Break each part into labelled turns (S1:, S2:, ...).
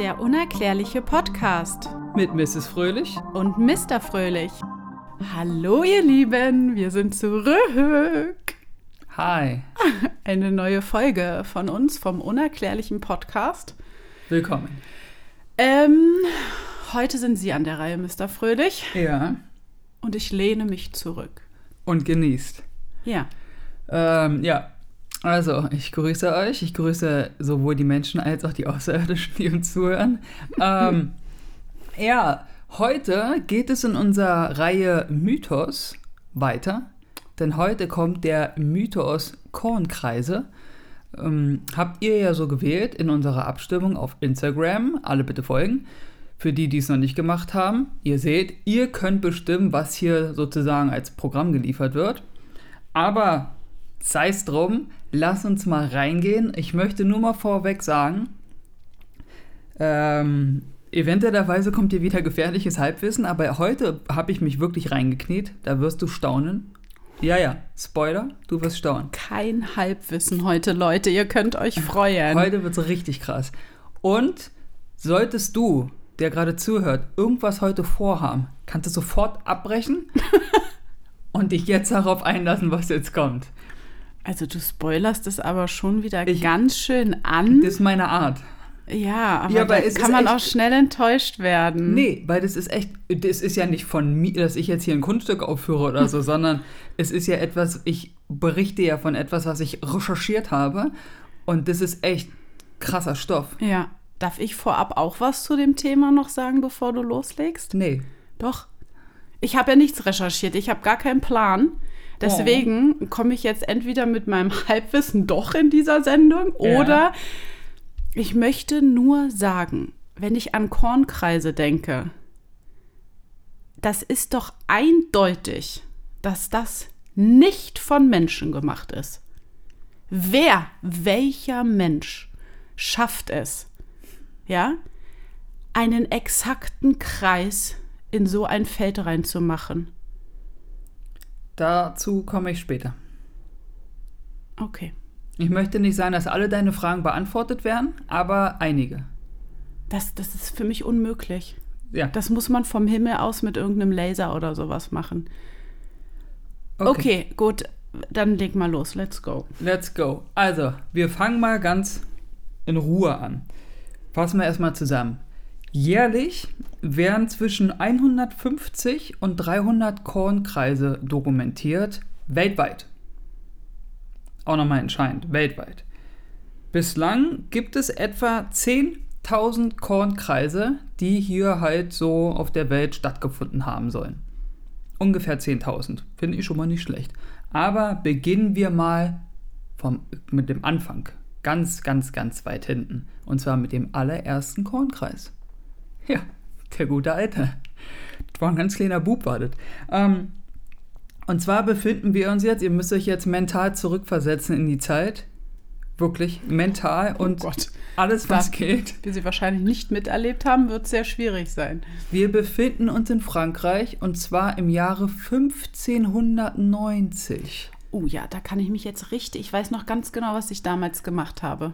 S1: Der unerklärliche Podcast
S2: mit Mrs. Fröhlich.
S1: und Mr. Fröhlich. Hallo ihr Lieben, wir sind zurück.
S2: Hi,
S1: Eine neue Folge von uns vom unerklärlichen Podcast.
S2: willkommen.
S1: Ähm, heute sind Sie an der Reihe, Mr. Fröhlich,
S2: Ja.
S1: und ich lehne mich zurück.
S2: Und genießt.
S1: Ja,
S2: Ähm, ja. Also, ich grüße euch. Ich grüße sowohl die Menschen als auch die Außerirdischen, die uns zuhören. Ähm, ja, heute geht es in unserer Reihe Mythos weiter. Denn heute kommt der Mythos Kornkreise. Ähm, habt ihr ja so gewählt in unserer Abstimmung auf Instagram. Alle bitte folgen. Für die, die es noch nicht gemacht haben, ihr seht, ihr könnt bestimmen, was hier sozusagen als Programm geliefert wird. Aber sei es drum, lass uns mal reingehen. Ich möchte nur mal vorweg sagen, ähm, eventuellerweise kommt dir wieder gefährliches Halbwissen, aber heute habe ich mich wirklich reingekniet. Da wirst du staunen. Ja, ja, Spoiler, du wirst staunen.
S1: kein Halbwissen heute, Leute, ihr könnt euch freuen.
S2: Heute wird es richtig krass. Und solltest du, der gerade zuhört, irgendwas heute vorhaben, kannst du sofort abbrechen und dich jetzt darauf einlassen, was jetzt kommt.
S1: Also du spoilerst es aber schon wieder
S2: Ich-
S1: ganz schön an.
S2: Das ist meine Art.
S1: Ja, aber,
S2: Ja, aber
S1: da
S2: es
S1: kann
S2: ist
S1: man
S2: echt-
S1: auch schnell enttäuscht werden.
S2: Nee, weil das ist echt, das ist ja nicht von mir, dass ich jetzt hier ein Kunststück aufführe oder so, sondern es ist ja etwas, ich berichte ja von etwas, was ich recherchiert habe und das ist echt krasser Stoff.
S1: Ja. Darf ich vorab auch was zu dem Thema noch sagen, bevor du loslegst?
S2: Nee.
S1: Doch. Ich habe ja nichts recherchiert, ich habe gar keinen Plan. Deswegen komme ich jetzt entweder mit meinem Halbwissen doch in dieser Sendung
S2: Ja.
S1: oder ich möchte nur sagen, wenn ich an Kornkreise denke, das ist doch eindeutig, dass das nicht von Menschen gemacht ist. Wer, welcher Mensch schafft es, ja, einen exakten Kreis in so ein Feld reinzumachen?
S2: Dazu komme ich später.
S1: Okay.
S2: Ich möchte nicht sagen, dass alle deine Fragen beantwortet werden, aber einige.
S1: Das, das ist für mich unmöglich.
S2: Ja.
S1: Das muss man vom Himmel aus mit irgendeinem Laser oder sowas machen. Okay, gut, dann leg mal los. Let's go.
S2: Let's go. Also, wir fangen mal ganz in Ruhe an. Fassen wir erstmal zusammen. Jährlich werden zwischen 150 und 300 Kornkreise dokumentiert, weltweit. Auch nochmal entscheidend, weltweit. Bislang gibt es etwa 10.000 Kornkreise, die hier halt so auf der Welt stattgefunden haben sollen ungefähr 10.000. Finde ich schon mal nicht schlecht. Aber beginnen wir mal vom, mit dem Anfang. Ganz, ganz, ganz weit hinten. Und zwar mit dem allerersten Kornkreis. Ja, der gute Alte. Das war ein ganz kleiner Bub, wartet. Ähm, und zwar befinden wir uns jetzt, ihr müsst euch jetzt mental zurückversetzen in die Zeit. Wirklich mental und
S1: Gott.
S2: alles, was
S1: Da-
S2: geht.
S1: Wie Sie wahrscheinlich nicht miterlebt haben, wird sehr schwierig sein.
S2: Wir befinden uns in Frankreich und zwar im Jahre 1590.
S1: Oh ja, da kann ich mich jetzt richtig. Ich weiß noch ganz genau, was ich damals gemacht habe.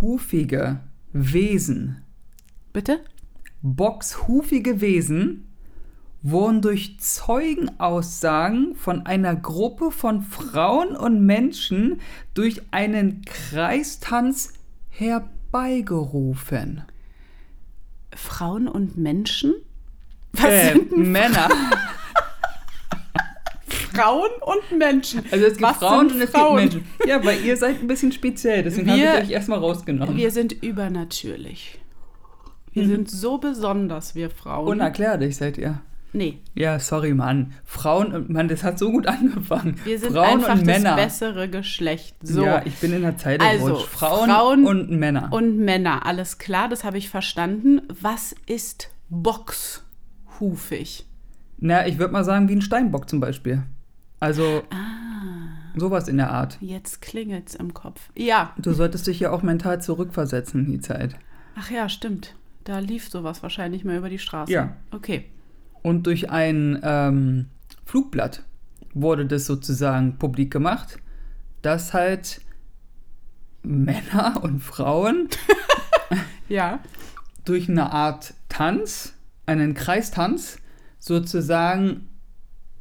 S2: Boxhufige Wesen,
S1: Bitte?
S2: boxhufige Wesen wurden durch Zeugenaussagen von einer Gruppe von Frauen und Menschen durch einen Kreistanz herbeigerufen.
S1: Frauen und Menschen? Was
S2: Äh,
S1: sind
S2: Männer.
S1: Frauen und Menschen?
S2: Also es gibt
S1: Was
S2: Frauen
S1: sind
S2: und es
S1: Frauen?
S2: gibt Menschen. Ja, weil ihr seid ein bisschen speziell, deswegen habe
S1: Wir-
S2: ich euch erstmal rausgenommen.
S1: Wir sind übernatürlich. Wir sind so besonders, wir Frauen.
S2: Unerklärlich seid ihr.
S1: nee,
S2: Ja, sorry, Mann. Frauen und Mann, das hat so gut angefangen.
S1: wir sind
S2: Frauen
S1: einfach
S2: und Männer.
S1: das bessere Geschlecht. So.
S2: Ja, ich bin in der Zeit
S1: Also,
S2: gerutscht. Frauen,
S1: Frauen
S2: und Männer.
S1: und Männer, alles klar, das habe ich verstanden. Was ist boxhufig?
S2: Na, ich würde mal sagen, wie ein Steinbock zum Beispiel. Also,
S1: Ah.
S2: sowas in der Art.
S1: Jetzt klingelt's im Kopf. Ja,
S2: Du solltest dich ja auch mental zurückversetzen in die Zeit.
S1: ach ja, stimmt. Da lief sowas wahrscheinlich mal über die Straße.
S2: Ja.
S1: Okay.
S2: Und durch ein ähm, Flugblatt wurde das sozusagen publik gemacht, dass halt Männer und Frauen
S1: Ja.
S2: durch eine Art Tanz, einen Kreistanz, sozusagen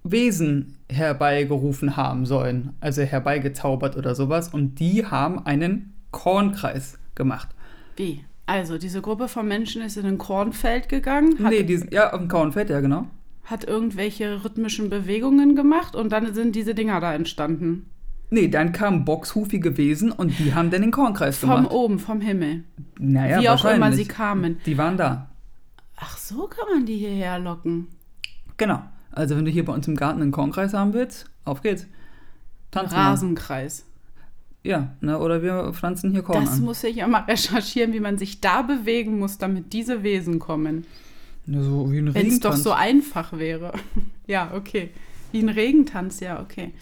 S2: Wesen herbeigerufen haben sollen, also herbeigezaubert oder sowas. Und die haben einen Kornkreis gemacht.
S1: Wie? Also, diese Gruppe von Menschen ist in ein Kornfeld gegangen, hat,
S2: nee, die, sind- ja, auf dem Kornfeld, ja, genau.
S1: hat irgendwelche rhythmischen Bewegungen gemacht und dann sind diese Dinger da entstanden.
S2: Nee, dann kamen boxhufige Wesen und die haben dann den Kornkreis
S1: Vom
S2: gemacht.
S1: oben, vom Himmel.
S2: naja,
S1: wie auch immer
S2: wahrscheinlich.
S1: sie kamen.
S2: Die waren da.
S1: Ach, so kann man die hierher locken.
S2: Genau. Also wenn du hier bei uns im Garten einen Kornkreis haben willst, auf geht's. Tanzen. mal.
S1: Rasenkreis.
S2: Ja, ne, oder wir pflanzen hier Korn
S1: das
S2: an.
S1: muss ich ja mal recherchieren, wie man sich da bewegen muss, damit diese Wesen kommen.
S2: Ne, so wie ein
S1: Wenn es doch
S2: Regentanz.
S1: so einfach wäre. ja, okay. Wie ein Regentanz, ja, okay.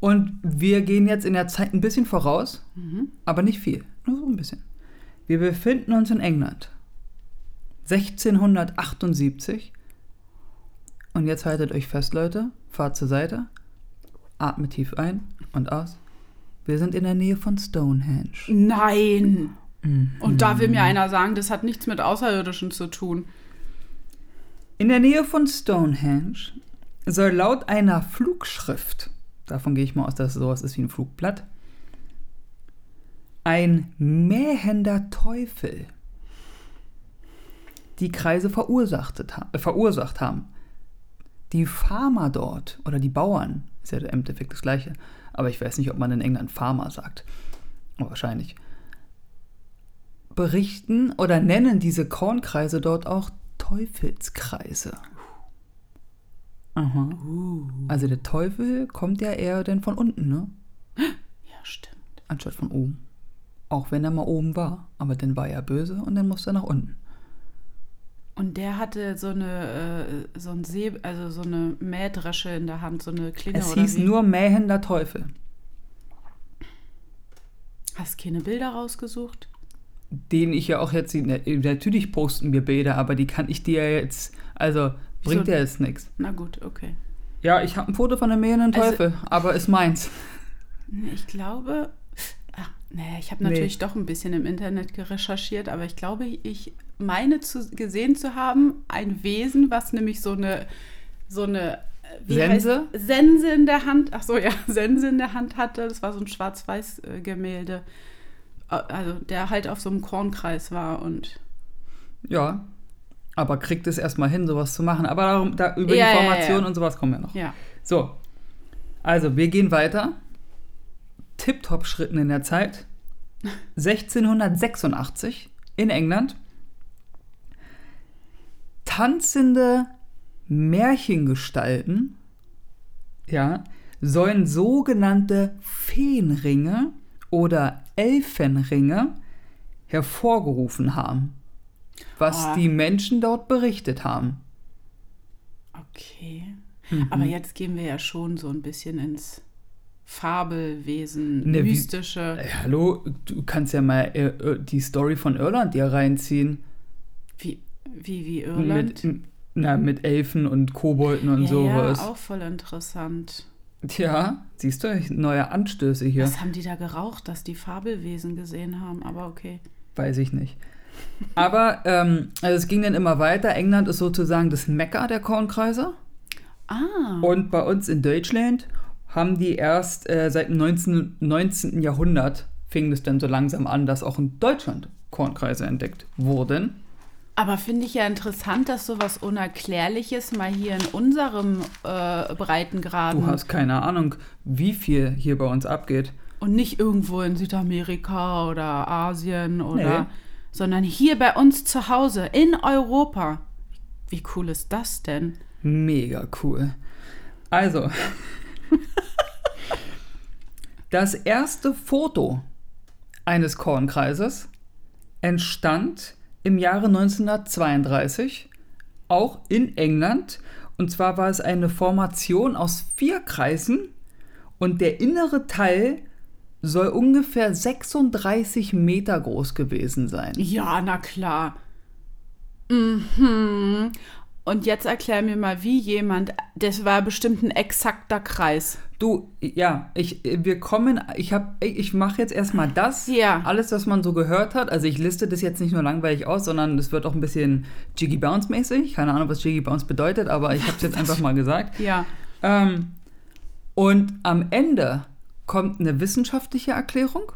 S2: Und wir gehen jetzt in der Zeit ein bisschen voraus, aber nicht viel. Nur so ein bisschen. Wir befinden uns in England. 1678. Und jetzt haltet euch fest, Leute. Fahrt zur Seite. Atmet tief ein und aus. Wir sind in der Nähe von Stonehenge.
S1: Nein! Und da will mir einer sagen, das hat nichts mit Außerirdischen zu tun.
S2: In der Nähe von Stonehenge soll laut einer Flugschrift, davon gehe ich mal aus, dass es sowas ist wie ein Flugblatt, ein mähender Teufel die Kreise verursachtet, ha- äh, verursacht haben. Die Farmer dort oder die Bauern, ist ja im Endeffekt das Gleiche, aber ich weiß nicht, ob man in England Farmer sagt. Aber wahrscheinlich. Berichten oder nennen diese Kornkreise dort auch Teufelskreise. Aha.
S1: Uh.
S2: Also der Teufel kommt ja eher denn von unten, ne?
S1: Ja, stimmt.
S2: Anstatt von oben. Auch wenn er mal oben war. Aber dann war er böse und dann musste er nach unten.
S1: Und der hatte so eine, äh, so ein See, also so eine Mähdresche in der Hand, so eine Klinge
S2: es
S1: oder
S2: hieß
S1: wie.
S2: nur mähender Teufel.
S1: Hast keine Bilder rausgesucht?
S2: Den ich ja auch jetzt, natürlich posten wir Bilder, aber die kann ich dir ja jetzt, also
S1: Wieso?
S2: bringt dir jetzt nichts.
S1: Na gut, okay.
S2: Ja, ich habe ein Foto von einem mähenden
S1: Also-
S2: Teufel, aber ist meins.
S1: Nee, Ich glaube. Ach, nee, ich habe
S2: Nee.
S1: natürlich doch ein bisschen im Internet gerecherchiert, aber ich glaube, ich meine zu, gesehen zu haben, ein Wesen, was nämlich so eine. So eine äh, wie
S2: Sense?
S1: heißt- Sense in der Hand. Ach so, ja, Sense in der Hand hatte. Das war so ein schwarz-weiß äh, Gemälde. Äh, Also, der halt auf so einem Kornkreis war und.
S2: Ja. Aber kriegt es erstmal hin, sowas zu machen. Aber darum, da, über
S1: Ja, ja,
S2: die
S1: ja,
S2: Formation
S1: ja.
S2: und sowas kommen wir noch.
S1: Ja.
S2: So, also wir gehen weiter. Tipptopp-Schritten in der Zeit. 1686 in England. Tanzende Märchengestalten, ja, sollen sogenannte Feenringe oder Elfenringe hervorgerufen haben, was
S1: Ah.
S2: die Menschen dort berichtet haben.
S1: Okay.
S2: Mhm.
S1: Aber jetzt gehen wir ja schon so ein bisschen ins Fabelwesen,
S2: Ne, wie-
S1: mystische.
S2: Ey, hallo, du kannst ja mal äh, äh, die Story von Irland dir reinziehen.
S1: Wie, wie, wie Irland.
S2: Mit, m- na, mit Elfen und Kobolden und
S1: ja,
S2: sowas.
S1: Ja, auch voll interessant.
S2: Tja, siehst du, ich- neue Anstöße hier.
S1: Was haben die da geraucht, dass die Fabelwesen gesehen haben? Aber okay.
S2: Weiß ich nicht. Aber ähm, also es ging dann immer weiter. England ist sozusagen das Mekka der Kornkreise.
S1: Ah,
S2: Und bei uns in Deutschland haben die erst äh, seit dem 19, 19. Jahrhundert fing es dann so langsam an, dass auch in Deutschland Kornkreise entdeckt wurden.
S1: aber finde ich ja interessant, dass sowas Unerklärliches mal hier in unserem äh, Breitengraden
S2: Du hast keine Ahnung, wie viel hier bei uns abgeht.
S1: und nicht irgendwo in Südamerika oder Asien oder,
S2: Nee.
S1: sondern hier bei uns zu Hause in Europa. Wie cool ist das denn?
S2: Mega cool. Also, das erste Foto eines Kornkreises entstand im Jahre 1932, auch in England. Und zwar war es eine Formation aus vier Kreisen und der innere Teil soll ungefähr 36 Meter groß gewesen sein.
S1: Ja, na klar. Mhm. Und jetzt erklär mir mal, wie jemand, das war bestimmt ein exakter Kreis.
S2: Du, ja, ich, wir kommen, ich hab, ich mache jetzt erstmal das,
S1: Ja.
S2: alles, was man so gehört hat. Also ich liste das jetzt nicht nur langweilig aus, sondern es wird auch ein bisschen Jiggy Bounce mäßig. Keine Ahnung, was Jiggy Bounce bedeutet, aber ich habe es jetzt einfach mal gesagt.
S1: Ja.
S2: Ähm, und am Ende kommt eine wissenschaftliche Erklärung.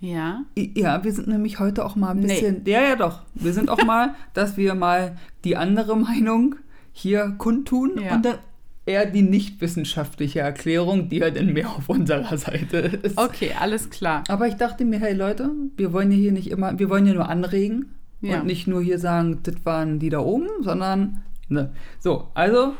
S1: Ja.
S2: I- Ja, wir sind nämlich heute auch mal ein
S1: Nee.
S2: bisschen. Ja, ja, doch. Wir sind auch mal, dass wir mal die andere Meinung hier kundtun
S1: Ja.
S2: und dann eher die nicht wissenschaftliche Erklärung, die halt in mehr auf unserer Seite ist.
S1: Okay, alles klar.
S2: Aber ich dachte mir, hey Leute, wir wollen ja hier nicht immer, wir wollen ja nur anregen
S1: Ja.
S2: und nicht nur hier sagen, das waren die da oben, sondern. Ne. So, also,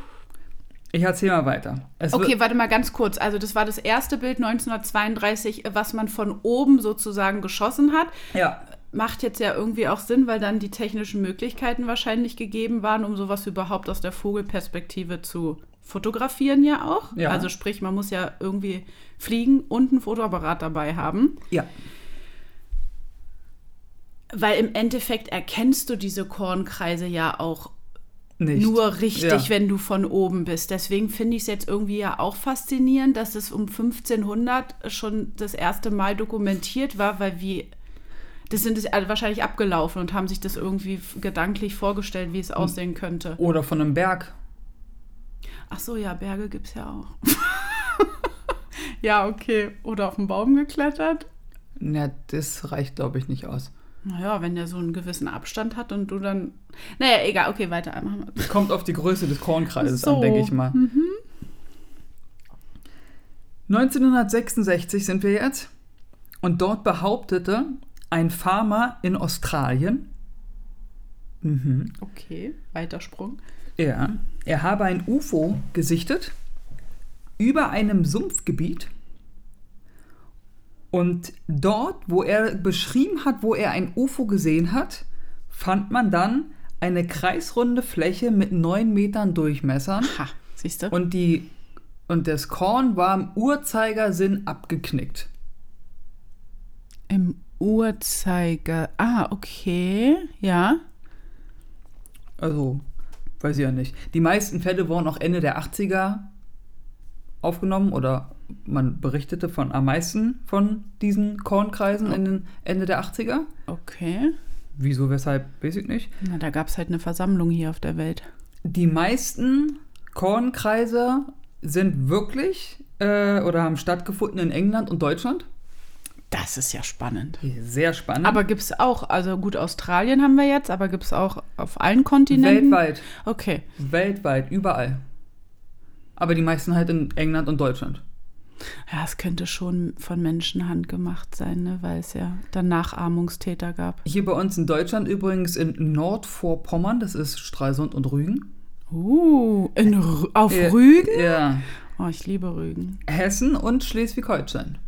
S2: ich erzähle mal weiter. Es wird-
S1: Okay, warte mal ganz kurz. Also das war das erste Bild 1932, was man von oben sozusagen geschossen hat.
S2: ja.
S1: Macht jetzt ja irgendwie auch Sinn, weil dann die technischen Möglichkeiten wahrscheinlich gegeben waren, um sowas überhaupt aus der Vogelperspektive zu fotografieren ja auch.
S2: Ja.
S1: Also sprich, man muss ja irgendwie fliegen und ein Fotoapparat dabei haben.
S2: Ja.
S1: Weil im Endeffekt erkennst du diese Kornkreise ja auch
S2: Nicht.
S1: nur richtig,
S2: Ja.
S1: wenn du von oben bist. Deswegen finde ich es jetzt irgendwie ja auch faszinierend, dass es um 1500 schon das erste Mal dokumentiert war, weil wie das sind es alle wahrscheinlich abgelaufen und haben sich das irgendwie f- gedanklich vorgestellt, wie es aussehen könnte.
S2: Oder von einem Berg.
S1: Ach so, ja, Berge gibt es ja auch. ja, okay. Oder auf den Baum geklettert.
S2: Na, das reicht, glaube ich, nicht aus.
S1: Naja, wenn der so einen gewissen Abstand hat und du dann. Naja, egal, okay, weiter. Machen wir.
S2: Es kommt auf die Größe des Kornkreises
S1: So.
S2: an, denke ich mal. 1966 sind wir jetzt. Und dort behauptete ein Farmer in Australien,
S1: Okay, Weitersprung.
S2: er, er habe ein UFO gesichtet über einem Sumpfgebiet. Und dort, wo er beschrieben hat, wo er ein UFO gesehen hat, fand man dann eine kreisrunde Fläche mit 9 Metern Durchmessern.
S1: Ha, siehst du?
S2: Und die und das Korn war im Uhrzeigersinn abgeknickt.
S1: Im Uhrzeiger. Ah, okay. Ja.
S2: Also, weiß ich ja nicht. Die meisten Fälle wurden auch Ende der 80er aufgenommen oder man berichtete von am meisten von diesen Kornkreisen in den Ende der 80er.
S1: Okay.
S2: Wieso, weshalb, weiß ich nicht.
S1: Na, da gab es halt eine Versammlung hier auf der Welt.
S2: Die meisten Kornkreise sind wirklich äh, oder haben stattgefunden in England und Deutschland.
S1: Das ist ja spannend.
S2: Sehr spannend.
S1: Mhm. Aber gibt es auch, also gut, Australien haben wir jetzt, aber gibt es auch auf allen Kontinenten?
S2: weltweit.
S1: Okay.
S2: Weltweit, überall. Aber die meisten halt in England und Deutschland.
S1: Ja, es könnte schon von Menschenhand gemacht sein, ne? weil es ja dann Nachahmungstäter gab.
S2: Hier bei uns in Deutschland übrigens in Nordvorpommern, das ist Stralsund und Rügen.
S1: Uh, in Rü auf
S2: Äh,
S1: Rügen?
S2: Ja.
S1: Oh, ich liebe Rügen.
S2: Hessen und Schleswig-Holstein.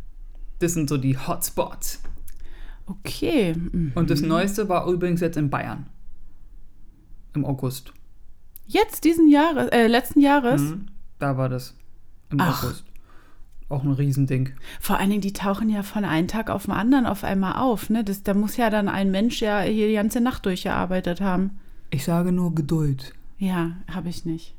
S2: Das sind so die Hotspots.
S1: Okay. mhm.
S2: Und das neueste war übrigens jetzt in Bayern. Im August.
S1: Jetzt diesen Jahres, äh, letzten Jahres?
S2: Mhm. Da war das. Im
S1: Ach.
S2: August. Auch ein Riesending.
S1: Vor allen Dingen, die tauchen ja von einem Tag auf den anderen auf einmal auf. Ne? Das, da muss ja dann ein Mensch ja hier die ganze Nacht durchgearbeitet haben.
S2: Ich sage nur Geduld.
S1: Ja, habe ich nicht.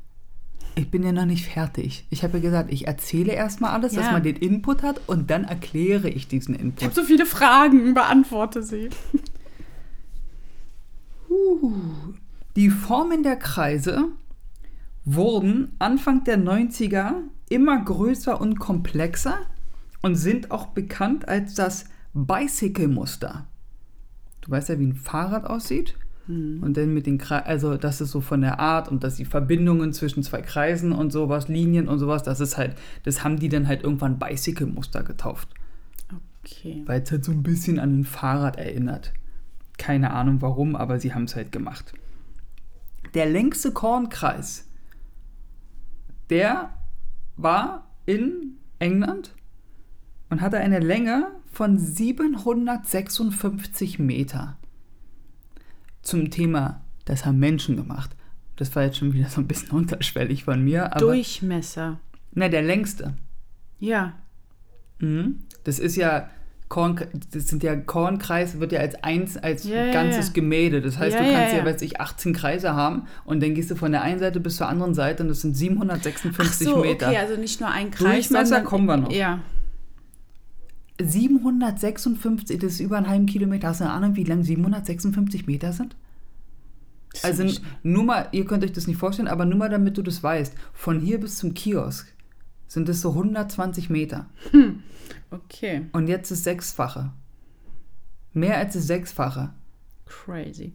S2: Ich bin ja noch nicht fertig. Ich habe ja gesagt, ich erzähle erstmal alles, dass
S1: Ja.
S2: man den Input hat und dann erkläre ich diesen Input.
S1: so viele Fragen, beantworte sie.
S2: Die Formen der Kreise wurden Anfang der 90er immer größer und komplexer und sind auch bekannt als das Bicycle-Muster. Du weißt ja, wie ein Fahrrad aussieht. Und dann mit den Kreisen, also das ist so von der Art und dass die Verbindungen zwischen zwei Kreisen und sowas, Linien und sowas, das ist halt, das haben die dann halt irgendwann Bicycle-Muster getauft,
S1: Okay.
S2: weil es halt so ein bisschen an ein Fahrrad erinnert. Keine Ahnung warum, aber sie haben es halt gemacht. Der längste Kornkreis, der war in England und hatte eine Länge von 756 Meter. Zum Thema, das haben Menschen gemacht. Das war jetzt schon wieder so ein bisschen unterschwellig von mir, aber ne,
S1: Durchmesser.
S2: na, der längste.
S1: Ja.
S2: Mhm. Das ist ja Korn, das sind ja Kornkreis wird ja als eins als
S1: Ja, ja,
S2: ganzes
S1: ja.
S2: Gemälde. Das heißt,
S1: Ja,
S2: du
S1: ja,
S2: kannst ja,
S1: ja.
S2: weiß ich 18 Kreise haben und dann gehst du von der einen Seite bis zur anderen Seite und das sind 756
S1: Ach so,
S2: Meter.
S1: okay, also nicht nur ein Kreis,
S2: Durchmesser
S1: sondern...
S2: kommen wir noch.
S1: Ja,
S2: 756, das ist über einen halben Kilometer. Hast du eine Ahnung, wie lang 756 Meter sind? Also nur mal, ihr könnt euch das nicht vorstellen, aber nur mal, damit du das weißt. Von hier bis zum Kiosk sind es so 120 Meter.
S1: okay,
S2: Und jetzt das Sechsfache. Mehr als das Sechsfache.
S1: crazy.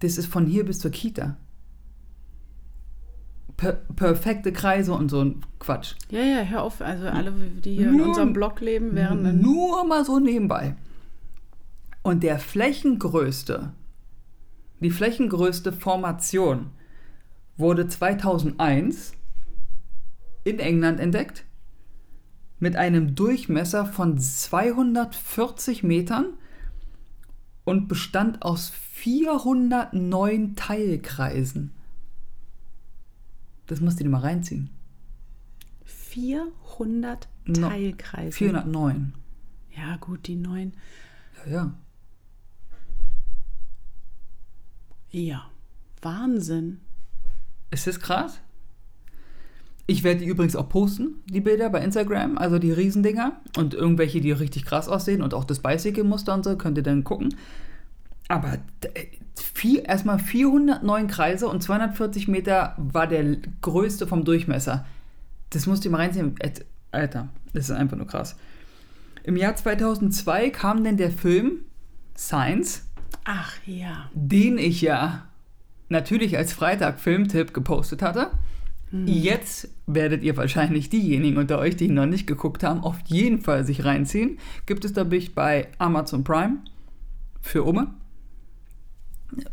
S2: Das ist von hier bis zur Kita. Per perfekte Kreise und so ein Quatsch.
S1: Ja, ja, hör auf. Also
S2: Hm.
S1: alle, die hier in
S2: Nur-
S1: unserem Block leben, wären
S2: Hm.
S1: dann...
S2: Nur mal so nebenbei. Und der flächengrößte, die flächengrößte Formation wurde 2001 in England entdeckt mit einem Durchmesser von 240 Metern und bestand aus 409 Teilkreisen. Das musst du dir mal reinziehen.
S1: 400
S2: No.
S1: Teilkreise.
S2: 409.
S1: Ja, gut, die neun.
S2: Ja, ja.
S1: Ja, Wahnsinn.
S2: Ist das krass? Ich werde die übrigens auch posten, die Bilder bei Instagram, also die Riesendinger und irgendwelche, die richtig krass aussehen und auch das Bicycle-Muster und so, könnt ihr dann gucken. Aber d- äh, vier, erstmal 409 Kreise und 240 Meter war der l- größte vom Durchmesser. Das musst du mal reinziehen. Et- Alter, das ist einfach nur krass. Im Jahr 2002 kam denn der Film Science,
S1: Ach ja.
S2: den ich ja natürlich als Freitag-Filmtipp gepostet hatte. Jetzt werdet ihr wahrscheinlich diejenigen unter euch, die ihn noch nicht geguckt haben, auf jeden Fall sich reinziehen. Gibt es dadurch bei Amazon Prime für Umme.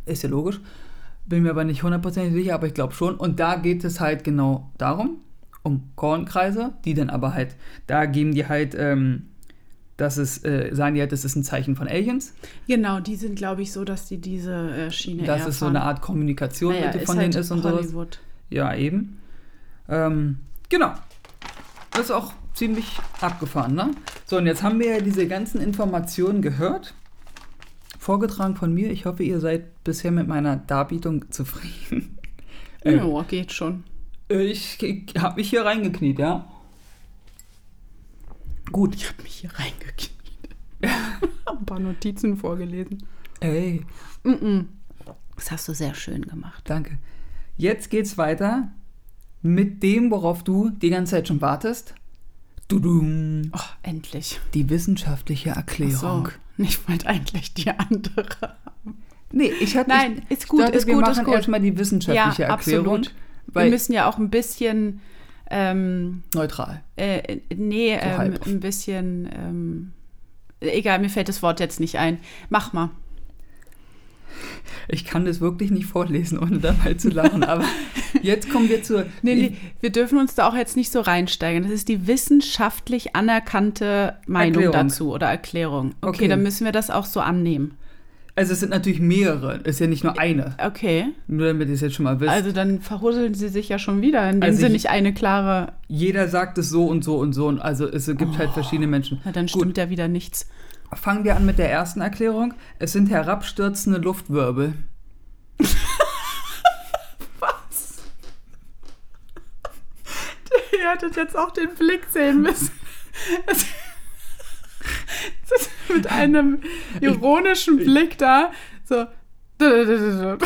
S2: Ist ja logisch. Bin mir aber nicht hundertprozentig sicher, aber ich glaube schon. Und da geht es halt genau darum, um Kornkreise, die dann aber halt, da geben die halt, ähm, das ist, äh, sagen die halt, das ist ein Zeichen von Aliens.
S1: Genau, die sind, glaube ich, so, dass die diese äh, Schiene
S2: dass es so eine Art Kommunikation
S1: naja,
S2: mit,
S1: ist
S2: von
S1: halt
S2: denen ist und sowas.
S1: Hollywood.
S2: Ja, eben. Ähm, genau. Das ist auch ziemlich abgefahren, ne? So, und jetzt haben wir ja diese ganzen Informationen gehört. Vorgetragen von mir. Ich hoffe, ihr seid bisher mit meiner Darbietung zufrieden. Äh,
S1: Ja, geht schon.
S2: Ich, ich habe mich hier reingekniet, ja? Gut.
S1: Ich habe mich hier reingekniet. Ein paar Notizen vorgelesen.
S2: Ey,
S1: Das hast du sehr schön gemacht.
S2: danke. Jetzt geht's weiter mit dem, worauf du die ganze Zeit schon wartest. Dudum.
S1: Oh, endlich.
S2: Die wissenschaftliche
S1: So,
S2: Erklärung.
S1: ich wollte eigentlich die andere.
S2: Nee, ich hatte.
S1: Nein,
S2: ich,
S1: ist gut,
S2: ich dachte,
S1: ist
S2: wir
S1: gut, ist
S2: machen
S1: gut.
S2: erstmal die wissenschaftliche
S1: Ja,
S2: Erklärung.
S1: absolut. Wir
S2: Weil
S1: müssen ja auch ein bisschen, ähm,
S2: neutral.
S1: äh, nee, ähm,
S2: halb.
S1: ein bisschen, ähm, egal, mir fällt das Wort jetzt nicht ein. Mach mal.
S2: Ich kann das wirklich nicht vorlesen, ohne dabei zu lachen. aber jetzt kommen wir zur.
S1: Nee, nee, wir dürfen uns da auch jetzt nicht so reinsteigen. Das ist die wissenschaftlich anerkannte Meinung
S2: Erklärung.
S1: dazu oder Erklärung. Okay,
S2: Okay.
S1: dann müssen wir das auch so annehmen.
S2: Also es sind natürlich mehrere. Es ist ja nicht nur eine.
S1: Okay,
S2: Nur damit ihr es jetzt schon mal wisst.
S1: also dann verhuseln sie sich ja schon wieder, indem
S2: Also
S1: sie
S2: ich-
S1: nicht eine klare,
S2: Jeder sagt es so und so und so. Und also es gibt halt verschiedene Menschen.
S1: Oh. na, dann stimmt ja wieder nichts.
S2: Gut, fangen wir an mit der ersten Erklärung. Es sind herabstürzende Luftwirbel.
S1: Ihr hättet jetzt auch den Blick sehen müssen. Es- es ist mit einem ironischen Blick da, so, du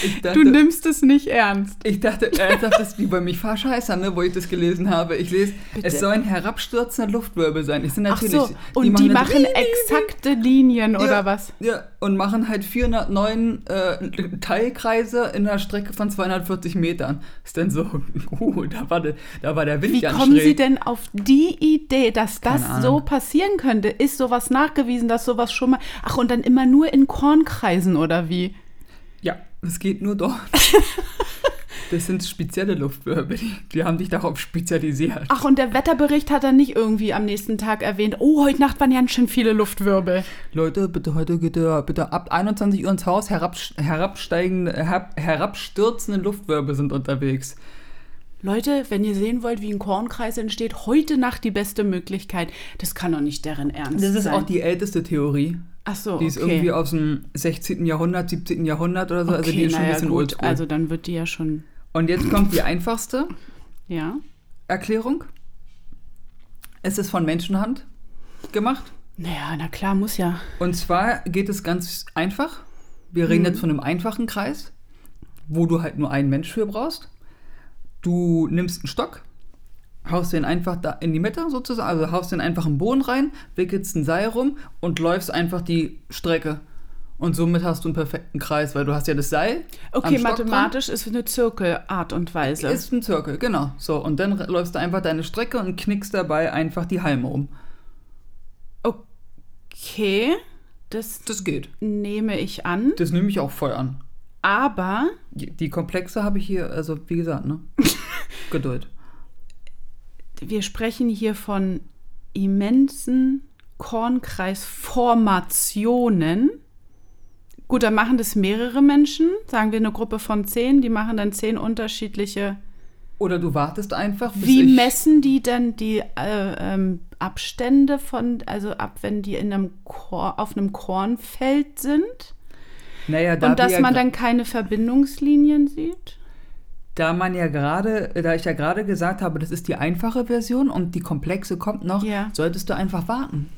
S2: Ich dachte-
S1: nimmst es nicht ernst.
S2: Ich dachte ernsthaft, das ist wie bei mich Fahrscheißer, ne, wo ich das gelesen habe. Ich lese,
S1: Bitte.
S2: es sollen herabstürzende Luftwirbel sein. Ich sind
S1: Ach
S2: natürlich,
S1: so, und die machen,
S2: halt-
S1: exakte Linien
S2: Ja.
S1: oder was?
S2: ja, und machen halt 409 äh, Teilkreise in einer Strecke von 240 Metern. Ist dann so, uh, da war der, da war der Wind
S1: Wie
S2: ganz
S1: kommen
S2: schräg.
S1: Sie denn auf die Idee, dass das
S2: Keine Ahnung.
S1: so passieren könnte? Ist sowas nachgewiesen, dass sowas schon mal. Ach, und dann immer nur in Kornkreisen oder wie?
S2: ja, es geht nur dort. das sind spezielle Luftwirbel. Die- Die haben dich darauf spezialisiert.
S1: Ach, und der Wetterbericht hat dann nicht irgendwie am nächsten Tag erwähnt, oh, heute Nacht waren ganz schön viele Luftwirbel.
S2: Leute, bitte heute geht ihr bitte ab 21 Uhr ins Haus. Herab, herabsteigende, herab, herabstürzende Luftwirbel sind unterwegs.
S1: Leute, wenn ihr sehen wollt, wie ein Kornkreis entsteht, heute Nacht die beste Möglichkeit. Das kann doch nicht deren Ernst
S2: Das ist
S1: sein.
S2: auch die älteste Theorie.
S1: Ach so,
S2: Die ist
S1: okay.
S2: irgendwie aus dem 16. Jahrhundert, 17. Jahrhundert oder so. also die
S1: Okay,
S2: ist schon ein
S1: naja,
S2: bisschen
S1: gut,
S2: oldschool.
S1: Also dann wird die ja schon,
S2: Und jetzt kommt die einfachste
S1: ja.
S2: Erklärung. Es ist von Menschenhand gemacht.
S1: Naja, na klar, muss ja.
S2: Und zwar geht es ganz einfach. Wir
S1: Mhm.
S2: reden jetzt von einem einfachen Kreis, wo du halt nur einen Mensch für brauchst. Du nimmst einen Stock, haust den einfach da in die Mitte sozusagen, also haust den einfach im Boden rein, wickelst ein Seil rum und läufst einfach die Strecke. Und somit hast du einen perfekten Kreis, weil du hast ja das Seil. am
S1: Okay,
S2: Stock dran.
S1: mathematisch ist eine Zirkelart und Weise.
S2: Ist ein Zirkel, genau. So, und dann r- läufst du einfach deine Strecke und knickst dabei einfach die Halme um.
S1: Oh. okay, das
S2: Das geht.
S1: nehme ich an.
S2: Das nehme ich auch voll an.
S1: Aber
S2: Die die komplexe habe ich hier, also wie gesagt, ne? Geduld.
S1: wir sprechen hier von immensen Kornkreisformationen. Gut, dann machen das mehrere Menschen. Sagen wir eine Gruppe von zehn, die machen dann zehn unterschiedliche.
S2: Oder du wartest einfach, bis
S1: Wie
S2: ich,
S1: messen die denn die äh, ähm, Abstände von, also ab, wenn die in einem Kor auf einem Kornfeld sind?
S2: Naja, da,
S1: Und
S2: wir
S1: dass
S2: ja,
S1: man
S2: gra-
S1: dann keine Verbindungslinien sieht?
S2: da man ja gerade, da ich ja gerade gesagt habe, das ist die einfache Version und die komplexe kommt noch,
S1: Ja.
S2: solltest du einfach warten.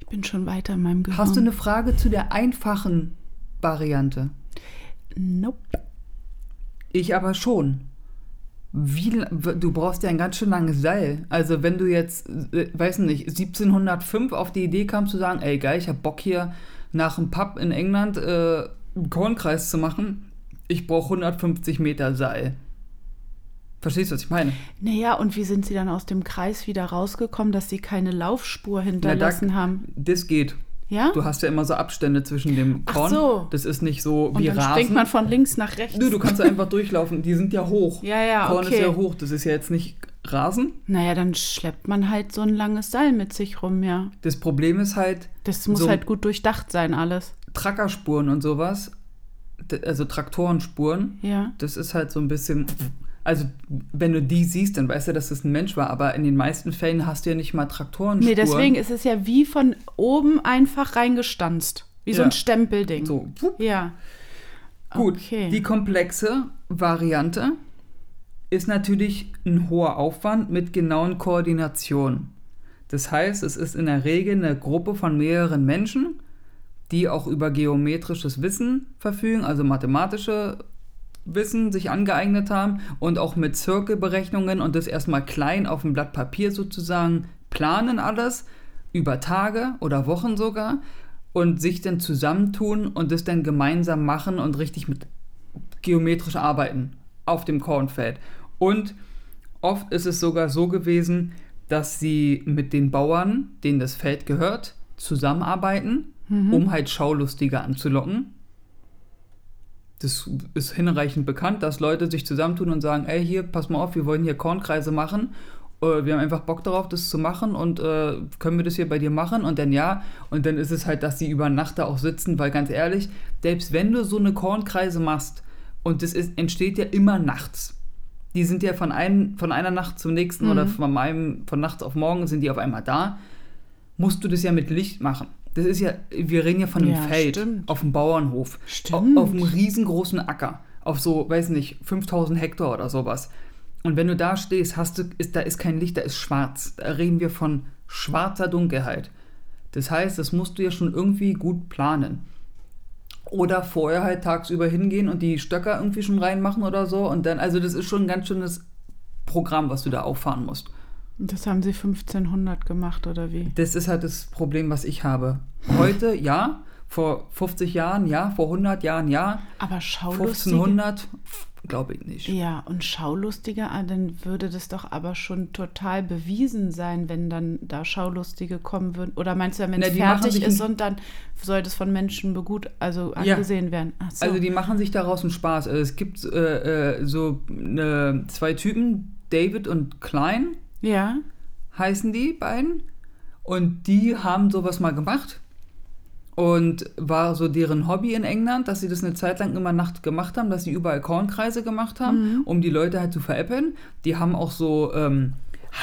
S1: Ich bin schon weiter in meinem Gehirn.
S2: Hast du eine Frage zu der einfachen Variante?
S1: Nope.
S2: Ich aber schon. Wie, la- w- du brauchst ja ein ganz schön langes Seil. Also wenn du jetzt, äh, weiß nicht, 1705 auf die Idee kamst zu sagen, ey geil, ich hab Bock hier nach einem Pub in England äh, einen Kornkreis zu machen, ich brauche 150 Meter Seil. Verstehst du, was ich meine?
S1: Naja, und wie sind sie dann aus dem Kreis wieder rausgekommen, dass sie keine Laufspur hinterlassen
S2: Na, da-
S1: haben?
S2: Das geht.
S1: Ja?
S2: Du hast ja immer so Abstände zwischen dem
S1: Ach
S2: Korn.
S1: so.
S2: Das ist nicht so
S1: und
S2: wie
S1: dann springt
S2: Rasen.
S1: man von links nach rechts.
S2: Nö, du kannst ja einfach durchlaufen. Die sind ja hoch.
S1: Ja, ja,
S2: Korn ist
S1: okay.
S2: ja hoch. Das ist ja jetzt nicht Rasen.
S1: Naja, dann schleppt man halt so ein langes Seil mit sich rum, ja.
S2: Das Problem ist halt,
S1: Das muss
S2: So.
S1: halt gut durchdacht sein, alles.
S2: Trackerspuren und sowas, d- also Traktorenspuren,
S1: Ja.
S2: das ist halt so ein bisschen. Also, wenn du die siehst, dann weißt du, dass das ein Mensch war, aber in den meisten Fällen hast du ja nicht mal Traktorenspuren.
S1: Nee, deswegen ist es ja wie von oben einfach reingestanzt. Wie so
S2: Ja.
S1: ein Stempelding.
S2: So, wupp.
S1: Ja.
S2: gut.
S1: Okay.
S2: Die komplexe Variante ist natürlich ein hoher Aufwand mit genauen Koordinationen. Das heißt, es ist in der Regel eine Gruppe von mehreren Menschen, die auch über geometrisches Wissen verfügen, also mathematische Wissen sich angeeignet haben und auch mit Zirkelberechnungen und das erstmal klein auf dem Blatt Papier sozusagen planen alles über Tage oder Wochen sogar und sich dann zusammentun und das dann gemeinsam machen und richtig mit geometrisch arbeiten auf dem Kornfeld. Und oft ist es sogar so gewesen, dass sie mit den Bauern, denen das Feld gehört, zusammenarbeiten, um halt Schaulustiger anzulocken. Das ist hinreichend bekannt, dass Leute sich zusammentun und sagen, ey, hier, pass mal auf, wir wollen hier Kornkreise machen. Äh, Wir haben einfach Bock darauf, das zu machen und äh, können wir das hier bei dir machen? Und dann ja. Und dann ist es halt, dass sie über Nacht da auch sitzen, weil ganz ehrlich, selbst wenn du so eine Kornkreise machst und das ist, entsteht ja immer nachts. Die sind ja von, einem, von einer Nacht zum nächsten
S1: Mhm.
S2: oder von, einem, von nachts auf morgen sind die auf einmal da. Musst du das ja mit Licht machen. Das ist ja, wir reden ja von einem
S1: Ja,
S2: Feld,
S1: stimmt.
S2: auf einem Bauernhof,
S1: Stimmt.
S2: Auf, auf einem riesengroßen Acker, auf so, weiß nicht, 5000 Hektar oder sowas. Und wenn du da stehst, hast du, ist, da ist kein Licht, da ist schwarz. Da reden wir von schwarzer Dunkelheit. Das heißt, das musst du ja schon irgendwie gut planen. Oder vorher halt tagsüber hingehen und die Stöcker irgendwie schon reinmachen oder so. Und dann, also das ist schon ein ganz schönes Programm, was du da auffahren musst.
S1: Das haben sie 1500 gemacht, oder wie?
S2: Das ist halt das Problem, was ich habe. Heute ja, vor 50 Jahren ja, vor 100 Jahren ja,
S1: Aber schaulustige
S2: 1500 glaube ich nicht.
S1: Ja, und Schaulustiger, ah, dann würde das doch aber schon total bewiesen sein, wenn dann da Schaulustige kommen würden. Oder meinst du, wenn
S2: Na,
S1: es
S2: die machen
S1: fertig
S2: sich
S1: ist
S2: ein-
S1: und dann soll das von Menschen begut, also
S2: Ja.
S1: angesehen werden? Ach so.
S2: Also die machen sich daraus einen Spaß. Also es gibt äh, äh, so ne, zwei Typen, David und Klein
S1: ja,
S2: heißen die beiden. Und die haben sowas mal gemacht. Und war so deren Hobby in England, dass sie das eine Zeit lang immer Nacht gemacht haben, dass sie überall Kornkreise gemacht haben, um die Leute halt zu veräppeln. Die haben auch so ähm,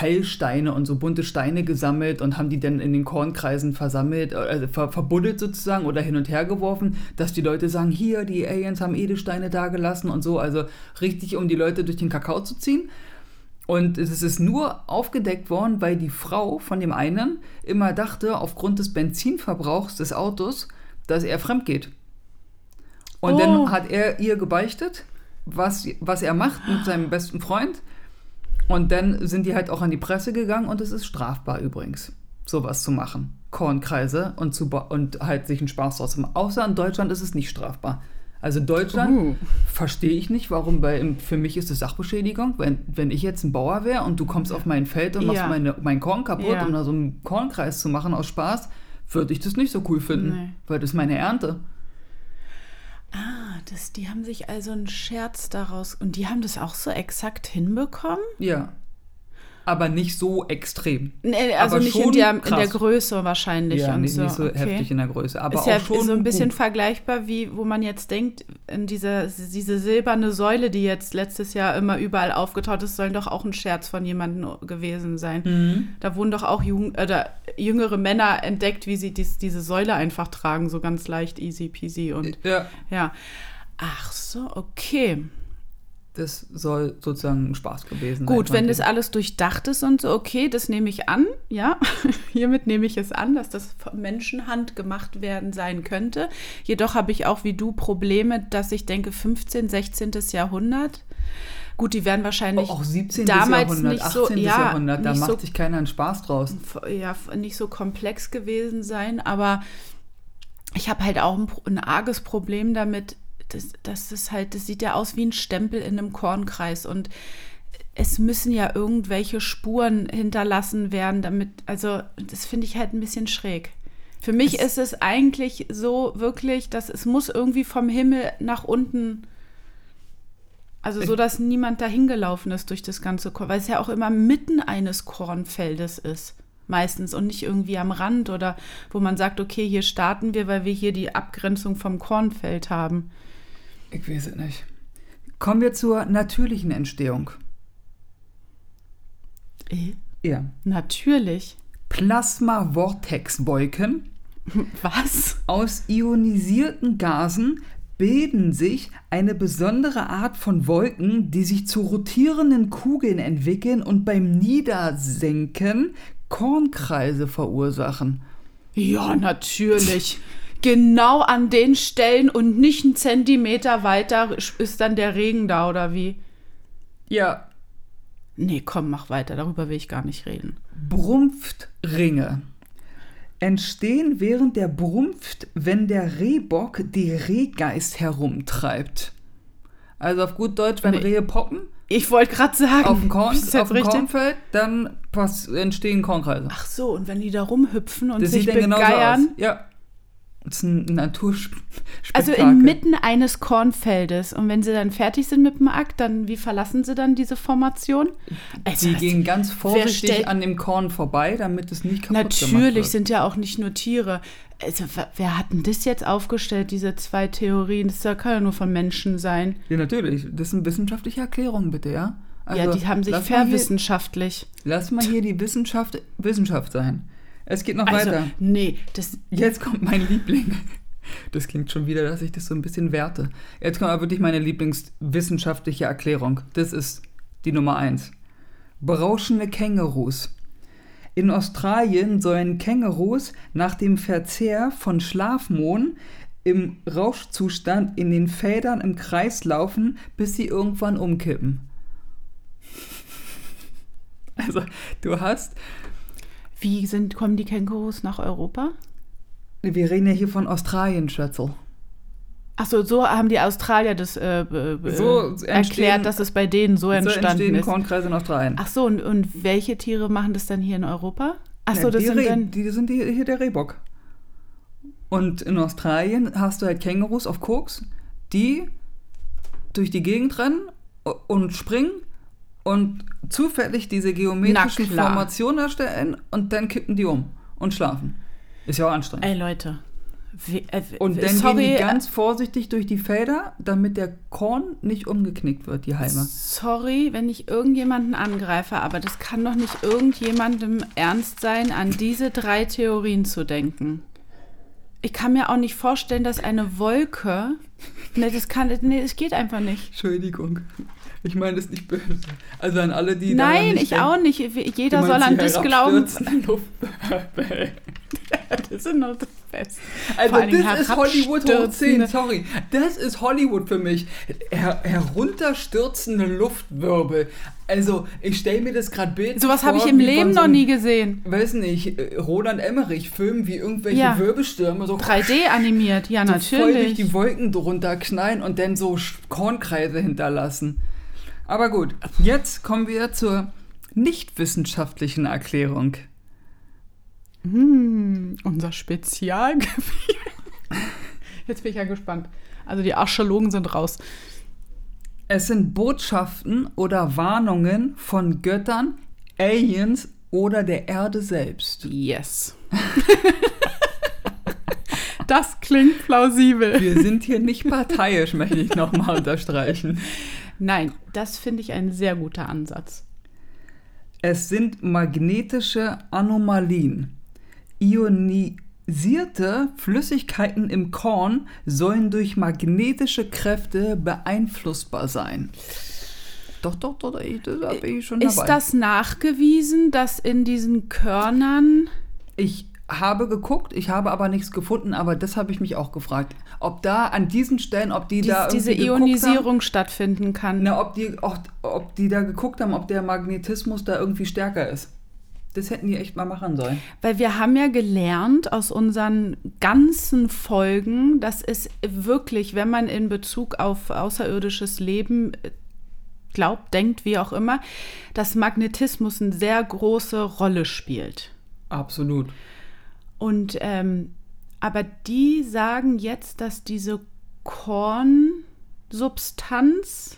S2: Heilsteine und so bunte Steine gesammelt und haben die dann in den Kornkreisen versammelt, also ver verbuddelt sozusagen oder hin und her geworfen, dass die Leute sagen, hier, die Aliens haben Edelsteine dagelassen und so. Also richtig, um die Leute durch den Kakao zu ziehen. Und es ist nur aufgedeckt worden, weil die Frau von dem einen immer dachte, aufgrund des Benzinverbrauchs des Autos, dass er fremd geht. Und
S1: Oh.
S2: dann hat er ihr gebeichtet, was, was er macht mit seinem besten Freund. Und dann sind die halt auch an die Presse gegangen und es ist strafbar übrigens, sowas zu machen. Kornkreise und, zu ba- und halt sich einen Spaß draus zu machen. Außer in Deutschland ist es nicht strafbar. Also Deutschland
S1: Uh.
S2: verstehe ich nicht, warum bei, im- für mich ist es Sachbeschädigung. Wenn, wenn ich jetzt ein Bauer wäre und du kommst auf mein Feld und machst
S1: Ja.
S2: meine, mein Korn kaputt,
S1: Ja.
S2: um da so einen Kornkreis zu machen aus Spaß, würde ich das nicht so cool finden,
S1: Nee.
S2: weil das ist meine Ernte.
S1: Ah, das, die haben sich also einen Scherz daraus. Und die haben das auch so exakt hinbekommen?
S2: Ja. Aber nicht so extrem.
S1: Nee, also
S2: Aber
S1: nicht in
S2: schon
S1: der, in der
S2: krass.
S1: Größe wahrscheinlich.
S2: Ja,
S1: und
S2: nicht,
S1: so.
S2: nicht so
S1: okay.
S2: heftig in der Größe. Aber
S1: ist
S2: auch
S1: ja
S2: schon
S1: so ein bisschen
S2: gut.
S1: vergleichbar, wie wo man jetzt denkt, in dieser, diese silberne Säule, die jetzt letztes Jahr immer überall aufgetaucht ist, soll doch auch ein Scherz von jemandem gewesen sein.
S2: Hm. Mhm.
S1: Da wurden doch auch jung, äh, da, jüngere Männer entdeckt, wie sie dies, diese Säule einfach tragen, so ganz leicht, easy peasy. Und
S2: Ja,
S1: ja. Ach so, okay.
S2: das soll sozusagen ein Spaß gewesen sein.
S1: Gut, wenn
S2: fand
S1: das
S2: ich.
S1: alles durchdacht ist und so, okay, das nehme ich an, ja. Hiermit nehme ich es an, dass das von Menschenhand gemacht werden sein könnte. Jedoch habe ich auch wie du Probleme, dass ich denke, 15., 16. Jahrhundert. Gut, die werden wahrscheinlich
S2: Oh, auch 17.
S1: damals
S2: Jahrhundert,
S1: nicht
S2: 18.
S1: so- ja,
S2: Jahrhundert, da
S1: nicht
S2: macht
S1: so-
S2: sich keiner einen Spaß draus.
S1: f- ja, f- nicht so komplex gewesen sein, aber ich habe halt auch ein, Pro- ein arges Problem damit, dass, dass das halt, das sieht ja aus wie ein Stempel in einem Kornkreis und es müssen ja irgendwelche Spuren hinterlassen werden, damit, also das finde ich halt ein bisschen schräg. Für mich ist es eigentlich so wirklich, dass es muss irgendwie vom Himmel nach unten, also so, dass niemand dahingelaufen ist durch das ganze Korn, weil es ja auch immer mitten eines Kornfeldes ist, meistens und nicht irgendwie am Rand oder wo man sagt, okay, hier starten wir, weil wir hier die Abgrenzung vom Kornfeld haben.
S2: Ich weiß es nicht. Kommen wir zur natürlichen Entstehung.
S1: Eh,
S2: Ja.
S1: Natürlich.
S2: Plasma-Vortex-Wolken
S1: Was?
S2: aus ionisierten Gasen bilden sich eine besondere Art von Wolken, die sich zu rotierenden Kugeln entwickeln und beim Niedersenken Kornkreise verursachen.
S1: Ja, natürlich. Genau an den Stellen und nicht einen Zentimeter weiter ist dann der Regen da oder wie?
S2: Ja,
S1: Nee, komm, mach weiter, darüber will ich gar nicht reden.
S2: Brumpftringe entstehen während der Brumpft, wenn der Rehbock die Rehgeiß herumtreibt. Also auf gut Deutsch, wenn
S1: Nee.
S2: Rehe poppen,
S1: Ich wollte gerade sagen,
S2: auf dem, Korn,
S1: ist das
S2: auf dem
S1: richtig?
S2: Kornfeld, dann pass, entstehen Kornkreise.
S1: Ach so, und wenn die da rumhüpfen und
S2: Das
S1: sich
S2: sieht dann genauso aus.
S1: begeiern.
S2: Ja. Das ist ein Naturspektakel.
S1: Also inmitten eines Kornfeldes. Und wenn sie dann fertig sind mit dem Akt, dann wie verlassen sie dann diese Formation? Also,
S2: Die gehen ganz vorsichtig
S1: stellt-
S2: an dem Korn vorbei, damit es nicht kaputt gemacht
S1: Natürlich
S2: wird.
S1: sind ja auch nicht nur Tiere. Also, wa- wer hat denn das jetzt aufgestellt, diese zwei Theorien? Das kann ja nur von Menschen sein.
S2: Ja, natürlich. Das sind wissenschaftliche Erklärungen, bitte, ja? Also
S1: ja, die haben sich
S2: lass mal
S1: verwissenschaftlich.
S2: Hier, lass mal hier die Wissenschaft Wissenschaft sein. Es geht noch
S1: Also,
S2: weiter.
S1: nee, das,
S2: Jetzt kommt mein Liebling. Das klingt schon wieder, dass ich das so ein bisschen werte. Jetzt kommt aber wirklich meine Lieblingswissenschaftliche Erklärung. Das ist die Nummer eins. Berauschende Kängurus. In Australien sollen Kängurus nach dem Verzehr von Schlafmohn im Rauschzustand in den Feldern im Kreis laufen, bis sie irgendwann umkippen. Also, du hast
S1: wie sind, kommen die Kängurus nach Europa?
S2: Wir reden ja hier von Australien, Schätzel.
S1: Achso, so haben die Australier das äh, be- be-
S2: So entstehen-
S1: erklärt, dass es bei denen so
S2: So entstehen
S1: entstanden ist.
S2: Kornkreise in Australien.
S1: Ach so, und, und welche Tiere machen das dann hier in Europa? Ach so,
S2: Ja,
S1: das
S2: die,
S1: sind
S2: Reh-
S1: dann.
S2: die sind die, hier der Rehbock. Und in Australien hast du halt Kängurus auf Koks, die durch die Gegend rennen und springen und zufällig diese geometrischen
S1: Na klar.
S2: Formationen erstellen und dann kippen die um und schlafen. Ist ja auch anstrengend.
S1: Ey Leute, We- äh,
S2: Und dann
S1: sorry,
S2: gehen die ganz vorsichtig durch die Felder, damit der Korn nicht umgeknickt wird, die Halme.
S1: äh, sorry, wenn ich irgendjemanden angreife, aber das kann doch nicht irgendjemandem ernst sein, an diese drei Theorien zu denken. Ich kann mir auch nicht vorstellen, dass eine Wolke. Nee, das kann. Nee, es geht einfach nicht.
S2: Entschuldigung. Ich meine das nicht böse. Also an alle, die daran
S1: Nein,
S2: nicht
S1: ich
S2: denken,
S1: auch nicht.
S2: die
S1: Jeder
S2: man
S1: soll
S2: sie
S1: an das glauben.
S2: herabstürzen in die Luft.
S1: Das ist noch das Beste. Vor allen
S2: Also
S1: Dingen
S2: das ist Hollywood hoch 10,
S1: herabstürzende-
S2: sorry. Das ist Hollywood für mich. Her herunterstürzende Luftwirbel. Also ich stelle mir das gerade bildlich
S1: Sowas
S2: vor.
S1: habe ich im
S2: wie von
S1: Leben
S2: so
S1: noch
S2: einem,
S1: nie gesehen.
S2: Weiß nicht, äh, Roland Emmerich Filmen wie irgendwelche
S1: Ja.
S2: Wirbelstürme so
S1: 3D animiert, ja,
S2: voll durch
S1: natürlich.
S2: die Wolken drunter knallen und dann so Sch- Kornkreise hinterlassen. Aber gut, jetzt kommen wir zur nicht wissenschaftlichen Erklärung.
S1: Hm, unser Spezialgebiet. Jetzt bin ich ja gespannt. Also die Archäologen sind raus.
S2: Es sind Botschaften oder Warnungen von Göttern, Aliens oder der Erde selbst.
S1: Yes. das klingt plausibel.
S2: Wir sind hier nicht parteiisch, möchte ich nochmal unterstreichen.
S1: Nein, das finde ich ein sehr guter Ansatz.
S2: Es sind magnetische Anomalien. Ionisierte Flüssigkeiten im Korn sollen durch magnetische Kräfte beeinflussbar sein. Doch, doch, doch, da da bin ich schon dabei.
S1: Ist das nachgewiesen, dass in diesen Körnern
S2: Ich habe geguckt, ich habe aber nichts gefunden, aber das habe ich mich auch gefragt. Ob da an diesen Stellen, ob die
S1: dies,
S2: da
S1: diese
S2: irgendwie geguckt Haben,
S1: Ionisierung stattfinden kann?
S2: na, ob die, ob, ob die da geguckt haben, ob der Magnetismus da irgendwie stärker ist. Das hätten die echt mal machen sollen.
S1: Weil wir haben ja gelernt aus unseren ganzen Folgen, dass es wirklich, wenn man in Bezug auf außerirdisches Leben äh, glaubt, denkt, wie auch immer, dass Magnetismus eine sehr große Rolle spielt.
S2: Absolut.
S1: Und ähm, aber die sagen jetzt, dass diese Kornsubstanz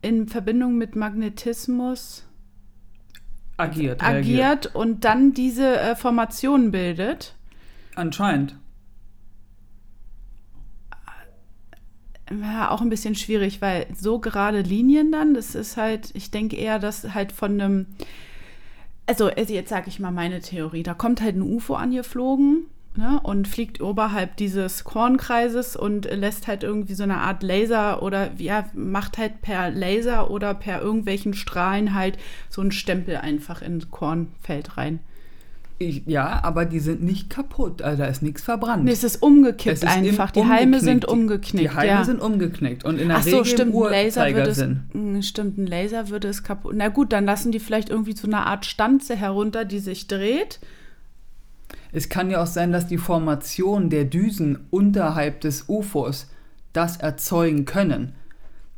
S1: in Verbindung mit Magnetismus
S2: Agiert. reagiert.
S1: agiert und dann diese äh, Formation bildet.
S2: Anscheinend.
S1: Ja, auch ein bisschen schwierig, weil so gerade Linien dann, das ist halt, ich denke eher, dass halt von einem, also also jetzt sage ich mal meine Theorie, da kommt halt ein UFO angeflogen ne, und fliegt oberhalb dieses Kornkreises und lässt halt irgendwie so eine Art Laser oder ja, macht halt per Laser oder per irgendwelchen Strahlen halt so einen Stempel einfach ins Kornfeld rein.
S2: Ich, ja, aber die sind nicht kaputt. Also da ist nichts verbrannt.
S1: Nee, es ist umgekippt
S2: Es ist im-
S1: einfach, die Halme sind
S2: Die,
S1: umgeknickt.
S2: die Halme
S1: ja.
S2: sind umgeknickt. Und in der
S1: Ach so,
S2: Regel
S1: stimmt,
S2: im
S1: ein Laser würde es,
S2: Uhrzeigersinn.
S1: mh, stimmt, ein Laser würde es kaputt. Na gut, dann lassen die vielleicht irgendwie zu einer Art Stanze herunter, die sich dreht.
S2: Es kann ja auch sein, dass die Formation der Düsen unterhalb des UFOs das erzeugen können.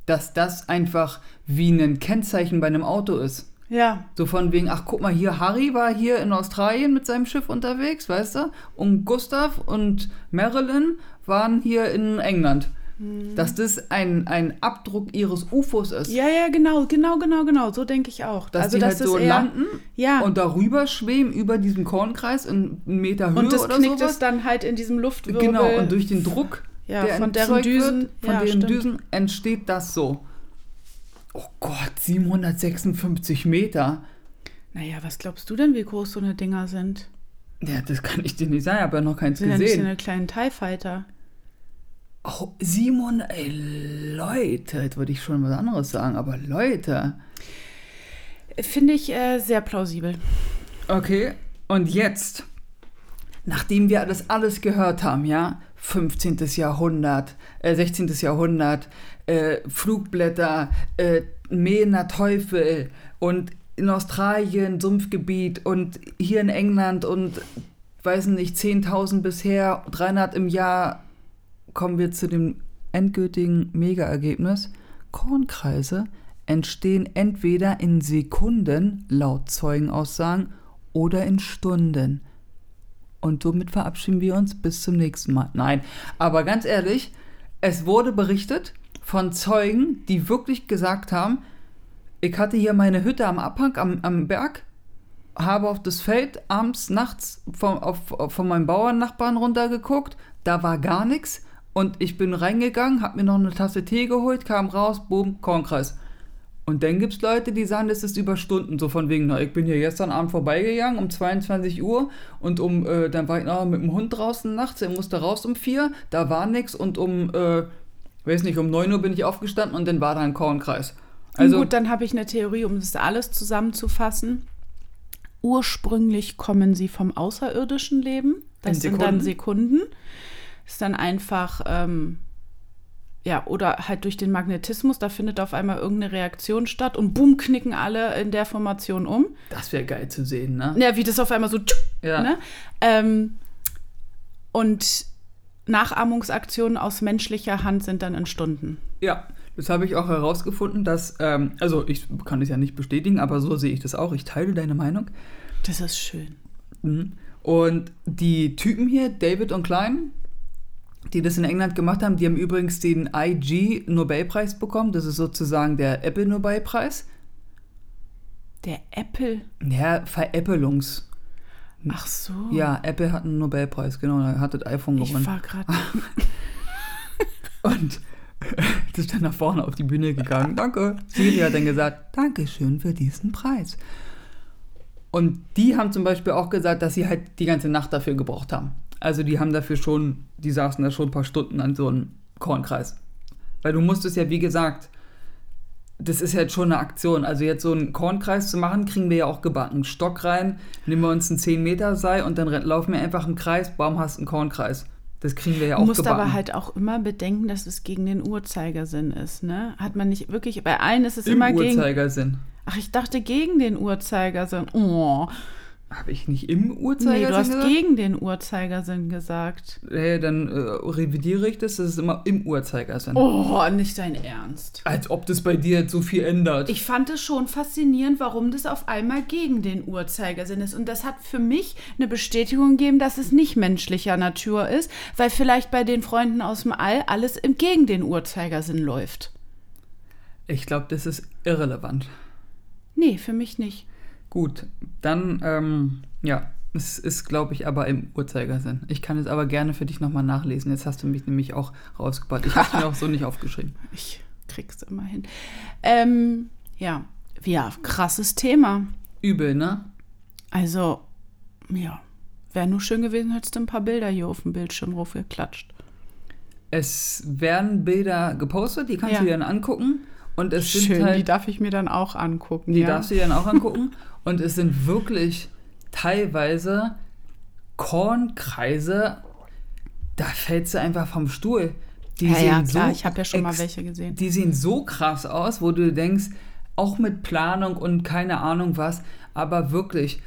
S2: Dass das einfach wie ein Kennzeichen bei einem Auto ist.
S1: Ja.
S2: So von wegen, ach guck mal, hier Harry war hier in Australien mit seinem Schiff unterwegs, weißt du? Und Gustav und Marilyn waren hier in England. Dass das ein, ein Abdruck ihres UFOs ist.
S1: Hm. Ja, ja, genau, genau, genau, genau. So denke ich auch.
S2: Dass
S1: also,
S2: die
S1: das
S2: halt so
S1: ist eher,
S2: landen
S1: ja.
S2: und darüber schweben über diesem Kornkreis in einen Meter Höhe
S1: Und das
S2: oder
S1: knickt
S2: sowas.
S1: es dann halt in diesem Luftwirbel.
S2: Genau, und durch den Druck,
S1: Ja,
S2: der
S1: von deren
S2: erzeugt
S1: Düsen-
S2: wird, von
S1: ja,
S2: deren
S1: stimmt.
S2: Düsen entsteht das so. Oh Gott, 756 Meter.
S1: Naja, was glaubst du denn, wie groß so eine Dinger sind?
S2: Ja, das kann ich dir nicht sagen, ich habe ja noch keins
S1: Sind ja nicht so
S2: gesehen.
S1: eine kleinen TIE Fighter.
S2: Oh, 700, ey, Leute, jetzt würde ich schon was anderes sagen, aber Leute.
S1: Finde ich äh, sehr plausibel.
S2: Okay, und jetzt, nachdem wir das alles gehört haben, ja, 15. Jahrhundert, äh, 16. Jahrhundert, äh, Flugblätter, äh, Mähner Teufel und in Australien Sumpfgebiet und hier in England und weiß nicht, 10.000 bisher, 300 im Jahr, kommen wir zu dem endgültigen Mega-Ergebnis. Kornkreise entstehen entweder in Sekunden, laut Zeugenaussagen, oder in Stunden. Und somit verabschieden wir uns bis zum nächsten Mal. Nein, aber ganz ehrlich, es wurde berichtet von Zeugen, die wirklich gesagt haben, ich hatte hier meine Hütte am Abhang, am, am Berg, habe auf das Feld abends, nachts von, auf, auf- von meinem Bauernnachbarn runtergeguckt. Da war gar nichts. Und ich bin reingegangen, habe mir noch eine Tasse Tee geholt, kam raus, boom, Kornkreis. Und dann gibt es Leute, die sagen, das ist über Stunden. So von wegen, na, ich bin hier gestern Abend vorbeigegangen um 22 Uhr und um, äh, dann war ich noch mit dem Hund draußen nachts, er musste raus um 4, da war nix und um, äh, weiß nicht, um 9 Uhr bin ich aufgestanden und dann war da ein Kornkreis. Also,
S1: Hm, Gut, dann habe ich eine Theorie, um das alles zusammenzufassen. Ursprünglich kommen sie vom außerirdischen Leben. Das
S2: In
S1: sind dann Sekunden. Ist dann einfach, ähm, ja, oder halt durch den Magnetismus, da findet auf einmal irgendeine Reaktion statt und boom, knicken alle in der Formation um.
S2: das wäre geil zu sehen, ne?
S1: Ja, wie das auf einmal so. tschuk,
S2: Ja.
S1: Ne? Ähm, und Nachahmungsaktionen aus menschlicher Hand sind dann in Stunden.
S2: Ja, das habe ich auch herausgefunden, dass, ähm, also ich kann das ja nicht bestätigen, aber so sehe ich das auch. Ich teile deine Meinung.
S1: Das ist schön.
S2: Mhm. Und die Typen hier, David und Klein, die das in England gemacht haben, die haben übrigens den IG-Nobelpreis bekommen. Das ist sozusagen der Apple-Nobelpreis.
S1: Der Apple.
S2: Ja, Veräppelungs. Hm.
S1: Ach so.
S2: Ja, Apple hat einen Nobelpreis, genau. Da hat das iPhone
S1: Ich
S2: gewonnen.
S1: war gerade.
S2: Und äh, das ist dann nach vorne auf die Bühne gegangen. Danke. Siri hat dann gesagt, Dankeschön für diesen Preis. Und die haben zum Beispiel auch gesagt, dass sie halt die ganze Nacht dafür gebraucht haben. Also die haben dafür schon, die saßen da schon ein paar Stunden an so einem Kornkreis. Weil du musstest ja, wie gesagt, das ist jetzt schon eine Aktion. Also jetzt so einen Kornkreis zu machen, kriegen wir ja auch gebacken. Einen Stock rein, nehmen wir uns ein 10-Meter-Seil und dann laufen wir einfach im Kreis, Baum hast einen Kornkreis. Das kriegen wir ja auch
S1: Du musst
S2: gebacken.
S1: aber halt auch immer bedenken, dass es gegen den Uhrzeigersinn ist, ne? Hat man nicht wirklich, bei allen ist es
S2: Im
S1: immer gegen.
S2: Uhrzeigersinn.
S1: Ach, ich dachte gegen den Uhrzeigersinn. Oh.
S2: Habe ich nicht im
S1: Nee, du hast
S2: Uhrzeigersinn ne? gesagt?
S1: gegen den Uhrzeigersinn gesagt.
S2: Hey, dann äh, revidiere ich das. Das ist immer im Uhrzeigersinn.
S1: Oh, nicht dein Ernst.
S2: Als ob das bei dir jetzt so viel ändert.
S1: Ich fand es schon faszinierend, warum das auf einmal gegen den Uhrzeigersinn ist. Und das hat für mich eine Bestätigung gegeben, dass es nicht menschlicher Natur ist, weil vielleicht bei den Freunden aus dem All alles im- gegen den Uhrzeigersinn läuft.
S2: ich glaube, das ist irrelevant.
S1: Nee, für mich nicht.
S2: Gut, dann, ähm, ja. Es ist, glaube ich, aber im Uhrzeigersinn. Ich kann es aber gerne für dich nochmal nachlesen. Jetzt hast du mich nämlich auch rausgebracht. Ich habe es mir auch so nicht aufgeschrieben.
S1: Ich krieg's immer hin. Ähm, ja. Ja, krasses Thema.
S2: Übel, ne?
S1: Also, ja. Wäre nur schön gewesen, hättest du ein paar Bilder hier auf dem Bildschirm raufgeklatscht.
S2: Es werden Bilder gepostet, die kannst
S1: Ja.
S2: du dir dann angucken. Und es sind
S1: Schön,
S2: halt
S1: die darf ich mir dann auch angucken.
S2: Die
S1: ja.
S2: darfst du dir dann auch angucken. Und es sind wirklich teilweise Kornkreise, da fällst du einfach vom Stuhl. Die
S1: ja, ja,
S2: sehen so
S1: klar, ich habe ja schon mal
S2: ex-
S1: welche gesehen.
S2: Die sehen so krass aus, wo du denkst, auch mit Planung und keine Ahnung was, aber wirklich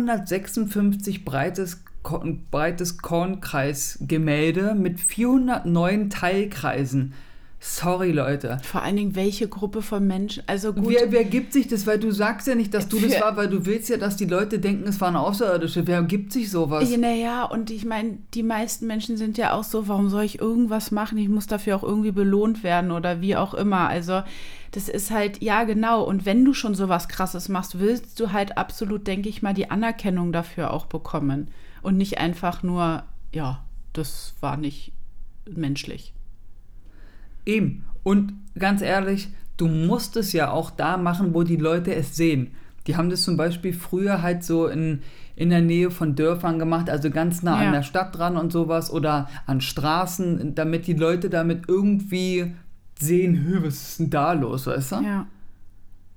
S2: 256 breites, Ko- breites Kornkreisgemälde mit 409 Teilkreisen. Sorry, Leute.
S1: Vor allen Dingen, welche Gruppe von Menschen. Also gut,
S2: Wer, wer gibt sich das? Weil du sagst ja nicht, dass du das
S1: Für-
S2: war, weil du willst ja, dass die Leute denken, es waren Außerirdische. Wer gibt sich sowas?
S1: naja, und ich meine, die meisten Menschen sind ja auch so, warum soll ich irgendwas machen? Ich muss dafür auch irgendwie belohnt werden oder wie auch immer. Also das ist halt, ja genau. Und wenn du schon sowas Krasses machst, willst du halt absolut, denke ich mal, die Anerkennung dafür auch bekommen. Und nicht einfach nur, ja, das war nicht menschlich.
S2: Eben. Und ganz ehrlich, du musst es ja auch da machen, wo die Leute es sehen. Die haben das zum Beispiel früher halt so in, in der Nähe von Dörfern gemacht, also ganz nah an
S1: Ja.
S2: der Stadt dran und sowas oder an Straßen, damit die Leute damit irgendwie sehen, "Hö, was ist denn da los, weißt du?
S1: Ja.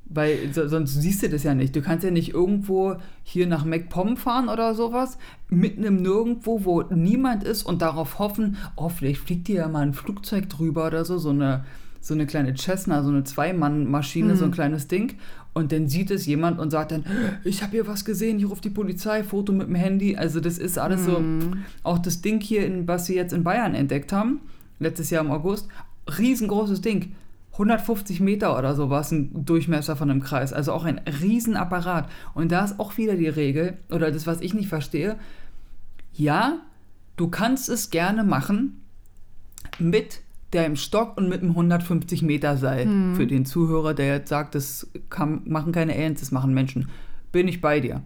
S2: Weil so, sonst siehst du das ja nicht. Du kannst ja nicht irgendwo hier nach MacPom fahren oder sowas, mitten im Nirgendwo, wo niemand ist und darauf hoffen, oh, vielleicht fliegt dir ja mal ein Flugzeug drüber oder so, so eine, so eine kleine Cessna, so eine Zwei-Mann-Maschine, so ein kleines Ding. Und dann sieht es jemand und sagt dann, ich habe hier was gesehen, ich rufe die Polizei, Foto mit dem Handy. Also das ist alles so, auch das Ding hier, in, was sie jetzt in Bayern entdeckt haben, letztes Jahr im August, riesengroßes Ding. 150 Meter oder so war es ein Durchmesser von einem Kreis. Also auch ein Riesenapparat. Und da ist auch wieder die Regel, oder das, was ich nicht verstehe. Ja, du kannst es gerne machen mit deinem Stock und mit einem 150
S1: Hm.
S2: Meter Seil. Für den Zuhörer, der jetzt sagt, das kann, machen keine Aliens, das machen Menschen. bin ich bei dir.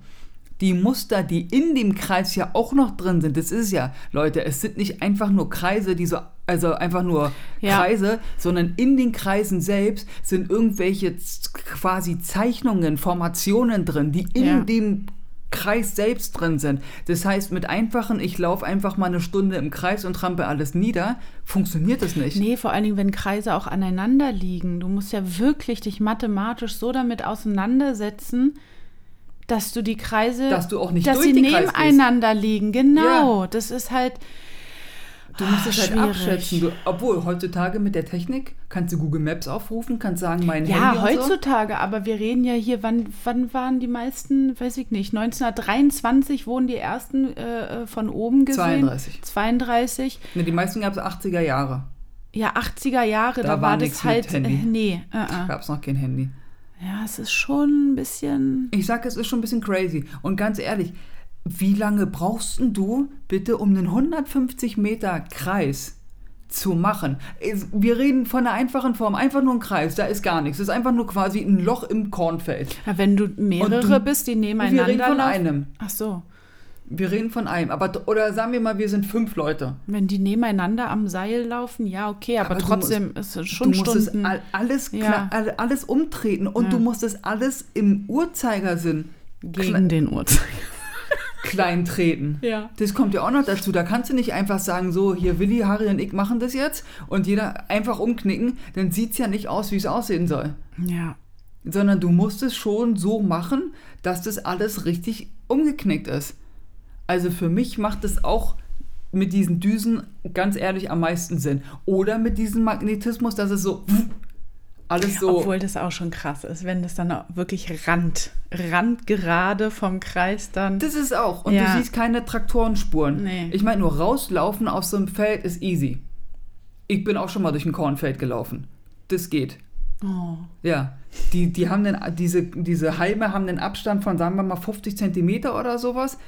S2: Die Muster, die in dem Kreis ja auch noch drin sind, das ist ja, Leute, es sind nicht einfach nur Kreise, die so, also einfach nur
S1: Ja.
S2: Kreise, sondern in den Kreisen selbst sind irgendwelche z- quasi Zeichnungen, Formationen drin, die in
S1: Ja.
S2: dem Kreis selbst drin sind. Das heißt, mit einfachen, ich laufe einfach mal eine Stunde im Kreis und trampe alles nieder, funktioniert das nicht.
S1: Nee, vor allen Dingen, wenn Kreise auch aneinander liegen. Du musst ja wirklich dich mathematisch so damit auseinandersetzen, dass du die Kreise,
S2: Dass du auch nicht
S1: dass
S2: durch
S1: sie
S2: den Kreis gehst.
S1: nebeneinander liegen. Genau, das ist halt.
S2: Du musst es
S1: Ah,
S2: halt
S1: schwierig.
S2: abschätzen. Du, obwohl, heutzutage mit der Technik kannst du Google Maps aufrufen, kannst sagen, mein
S1: Ja,
S2: Handy und so.
S1: heutzutage, aber wir reden ja hier, wann, wann waren die meisten, weiß ich nicht, 1923 wurden die ersten äh, äh, von oben gesehen.
S2: 32.
S1: 32.
S2: Ne, die meisten gab es 80er Jahre.
S1: Ja, 80er Jahre,
S2: Da
S1: da,
S2: war
S1: war
S2: nix
S1: das halt.
S2: mit Handy.
S1: Äh, nee, äh, äh.
S2: Gab es noch kein Handy.
S1: ja, es ist schon ein bisschen.
S2: Ich sag, es ist schon ein bisschen crazy. Und ganz ehrlich, wie lange brauchst denn du bitte, um einen 150 Meter Kreis zu machen? Es- Wir reden von einer einfachen Form, einfach nur ein Kreis, da ist gar nichts. Es ist einfach nur quasi ein Loch im Kornfeld.
S1: Ja, wenn du mehrere bist, die nebeneinander
S2: wir reden von
S1: laufen.
S2: einem.
S1: Ach so,
S2: Wir reden von einem. Aber, oder sagen wir mal, wir sind fünf Leute.
S1: wenn die nebeneinander am Seil laufen, ja, okay, aber,
S2: Aber Also du
S1: trotzdem ist es schon
S2: du musst
S1: Stunden.
S2: es all- alles,
S1: Ja.
S2: kna- all- alles umtreten und
S1: Ja.
S2: du musst es alles im Uhrzeigersinn kle
S1: gegen den Uhrzeigersinn.
S2: klein treten.
S1: Ja.
S2: Das kommt ja auch noch dazu. Da kannst du nicht einfach sagen, so, hier Willi, Harry und ich machen das jetzt und jeder einfach umknicken, dann sieht es ja nicht aus, wie es aussehen soll.
S1: Ja,
S2: Sondern du musst es schon so machen, dass das alles richtig umgeknickt ist. Also für mich macht es auch mit diesen Düsen ganz ehrlich am meisten Sinn. Oder mit diesem Magnetismus, dass es so alles so.
S1: Obwohl das auch schon krass ist, wenn das dann auch wirklich Rand, Randgerade vom Kreis dann.
S2: Das ist auch. Und
S1: Ja.
S2: du siehst keine Traktorenspuren.
S1: Nee.
S2: Ich meine, nur rauslaufen auf so einem Feld ist easy. Ich bin auch schon mal durch ein Kornfeld gelaufen. Das geht.
S1: Oh.
S2: Ja. Die, die haben den, diese, diese Halme haben den Abstand von, sagen wir mal, 50 Zentimeter oder sowas.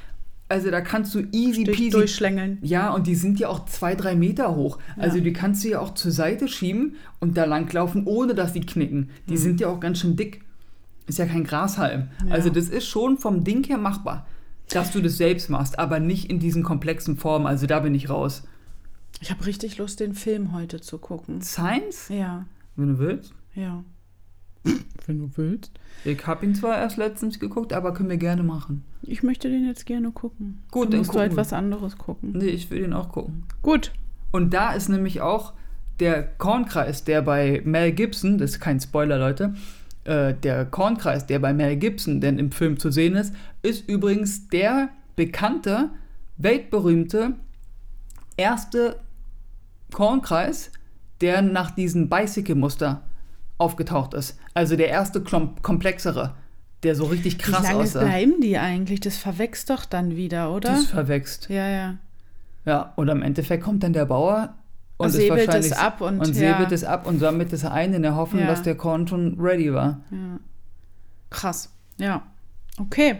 S2: Also da kannst du easy
S1: Durch,
S2: peasy
S1: durchschlängeln.
S2: ja, und die sind ja auch zwei, drei Meter hoch. Also die kannst du ja auch zur Seite schieben und da langlaufen, ohne dass die knicken. Die sind ja auch ganz schön dick. Ist ja kein Grashalm.
S1: Ja.
S2: Also das ist schon vom Ding her machbar, dass du das selbst machst, aber nicht in diesen komplexen Formen. Also da bin ich raus.
S1: Ich habe richtig Lust, den Film heute zu gucken.
S2: Science,
S1: Ja,
S2: wenn du willst.
S1: ja. Wenn du willst.
S2: Ich habe ihn zwar erst letztens geguckt, aber können wir gerne machen.
S1: Ich möchte den jetzt gerne gucken.
S2: Gut,
S1: dann
S2: dann
S1: musst du
S2: gucken
S1: halt
S2: wir.
S1: was anderes gucken.
S2: Nee, ich will den auch gucken.
S1: Gut.
S2: Und da ist nämlich auch der Kornkreis, der bei Mel Gibson, das ist kein Spoiler, Leute, äh, der Kornkreis, der bei Mel Gibson denn im Film zu sehen ist, ist übrigens der bekannte, weltberühmte erste Kornkreis, der nach diesem Bicycle-Muster aufgetaucht ist. Also der erste klom- komplexere, der so richtig krass
S1: Wie lange
S2: aussah.
S1: bleiben die eigentlich? Das verwächst doch dann wieder, oder?
S2: Das verwechselt.
S1: ja, ja.
S2: Ja, und am Endeffekt kommt dann der Bauer und ist
S1: Säbelt es
S2: wahrscheinlich-
S1: ab und-
S2: und säbelt
S1: ja.
S2: es ab und sammelt es ein in der Hoffnung,
S1: Ja.
S2: dass der Korn schon ready war.
S1: ja. Krass. Ja. Okay.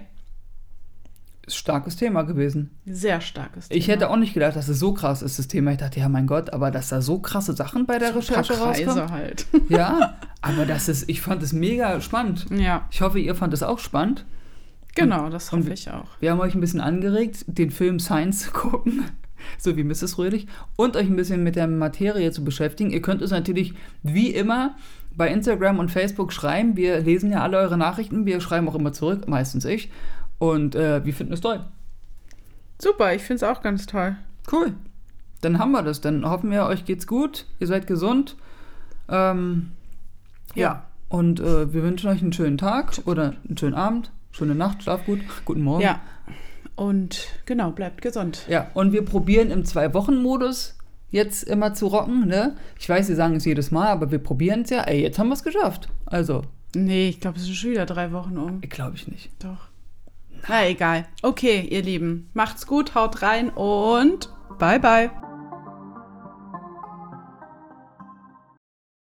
S2: Ist starkes Thema gewesen.
S1: Sehr starkes
S2: Ich hätte auch nicht gedacht, dass es so krass ist, das Thema. Ich dachte, ja, mein Gott, aber dass da so krasse Sachen bei der Recherche rauskommen.
S1: Kreise halt.
S2: Ja, aber das ist, ich fand es mega spannend.
S1: ja,
S2: Ich hoffe, ihr fand es auch spannend.
S1: genau, das
S2: und
S1: hoffe
S2: wie-
S1: ich auch.
S2: Wir haben euch ein bisschen angeregt, den Film Science zu gucken, so wie Mrs. Röhlich, und euch ein bisschen mit der Materie zu beschäftigen. Ihr könnt uns natürlich wie immer bei Instagram und Facebook schreiben. Wir lesen ja alle eure Nachrichten. Wir schreiben auch immer zurück, meistens ich. Und äh, wir finden es toll.
S1: Super, ich finde es auch ganz toll.
S2: Cool. Dann haben wir das. Dann hoffen wir, euch geht's gut. Ihr seid gesund. Ähm, ja.
S1: Ja.
S2: Und äh, wir wünschen euch einen schönen Tag oder einen schönen Abend, schöne Nacht, schlaf gut, guten Morgen.
S1: Ja. Und genau, bleibt gesund.
S2: Ja, und wir probieren im Zwei-Wochen-Modus jetzt immer zu rocken, ne? Ich weiß, sie sagen es jedes Mal, aber wir probieren es ja. Ey, jetzt haben wir es geschafft. Also,
S1: Nee, ich glaube, es sind schon wieder drei Wochen um.
S2: glaube ich nicht.
S1: Doch. Na egal. Okay, ihr Lieben, macht's gut, haut rein und bye bye.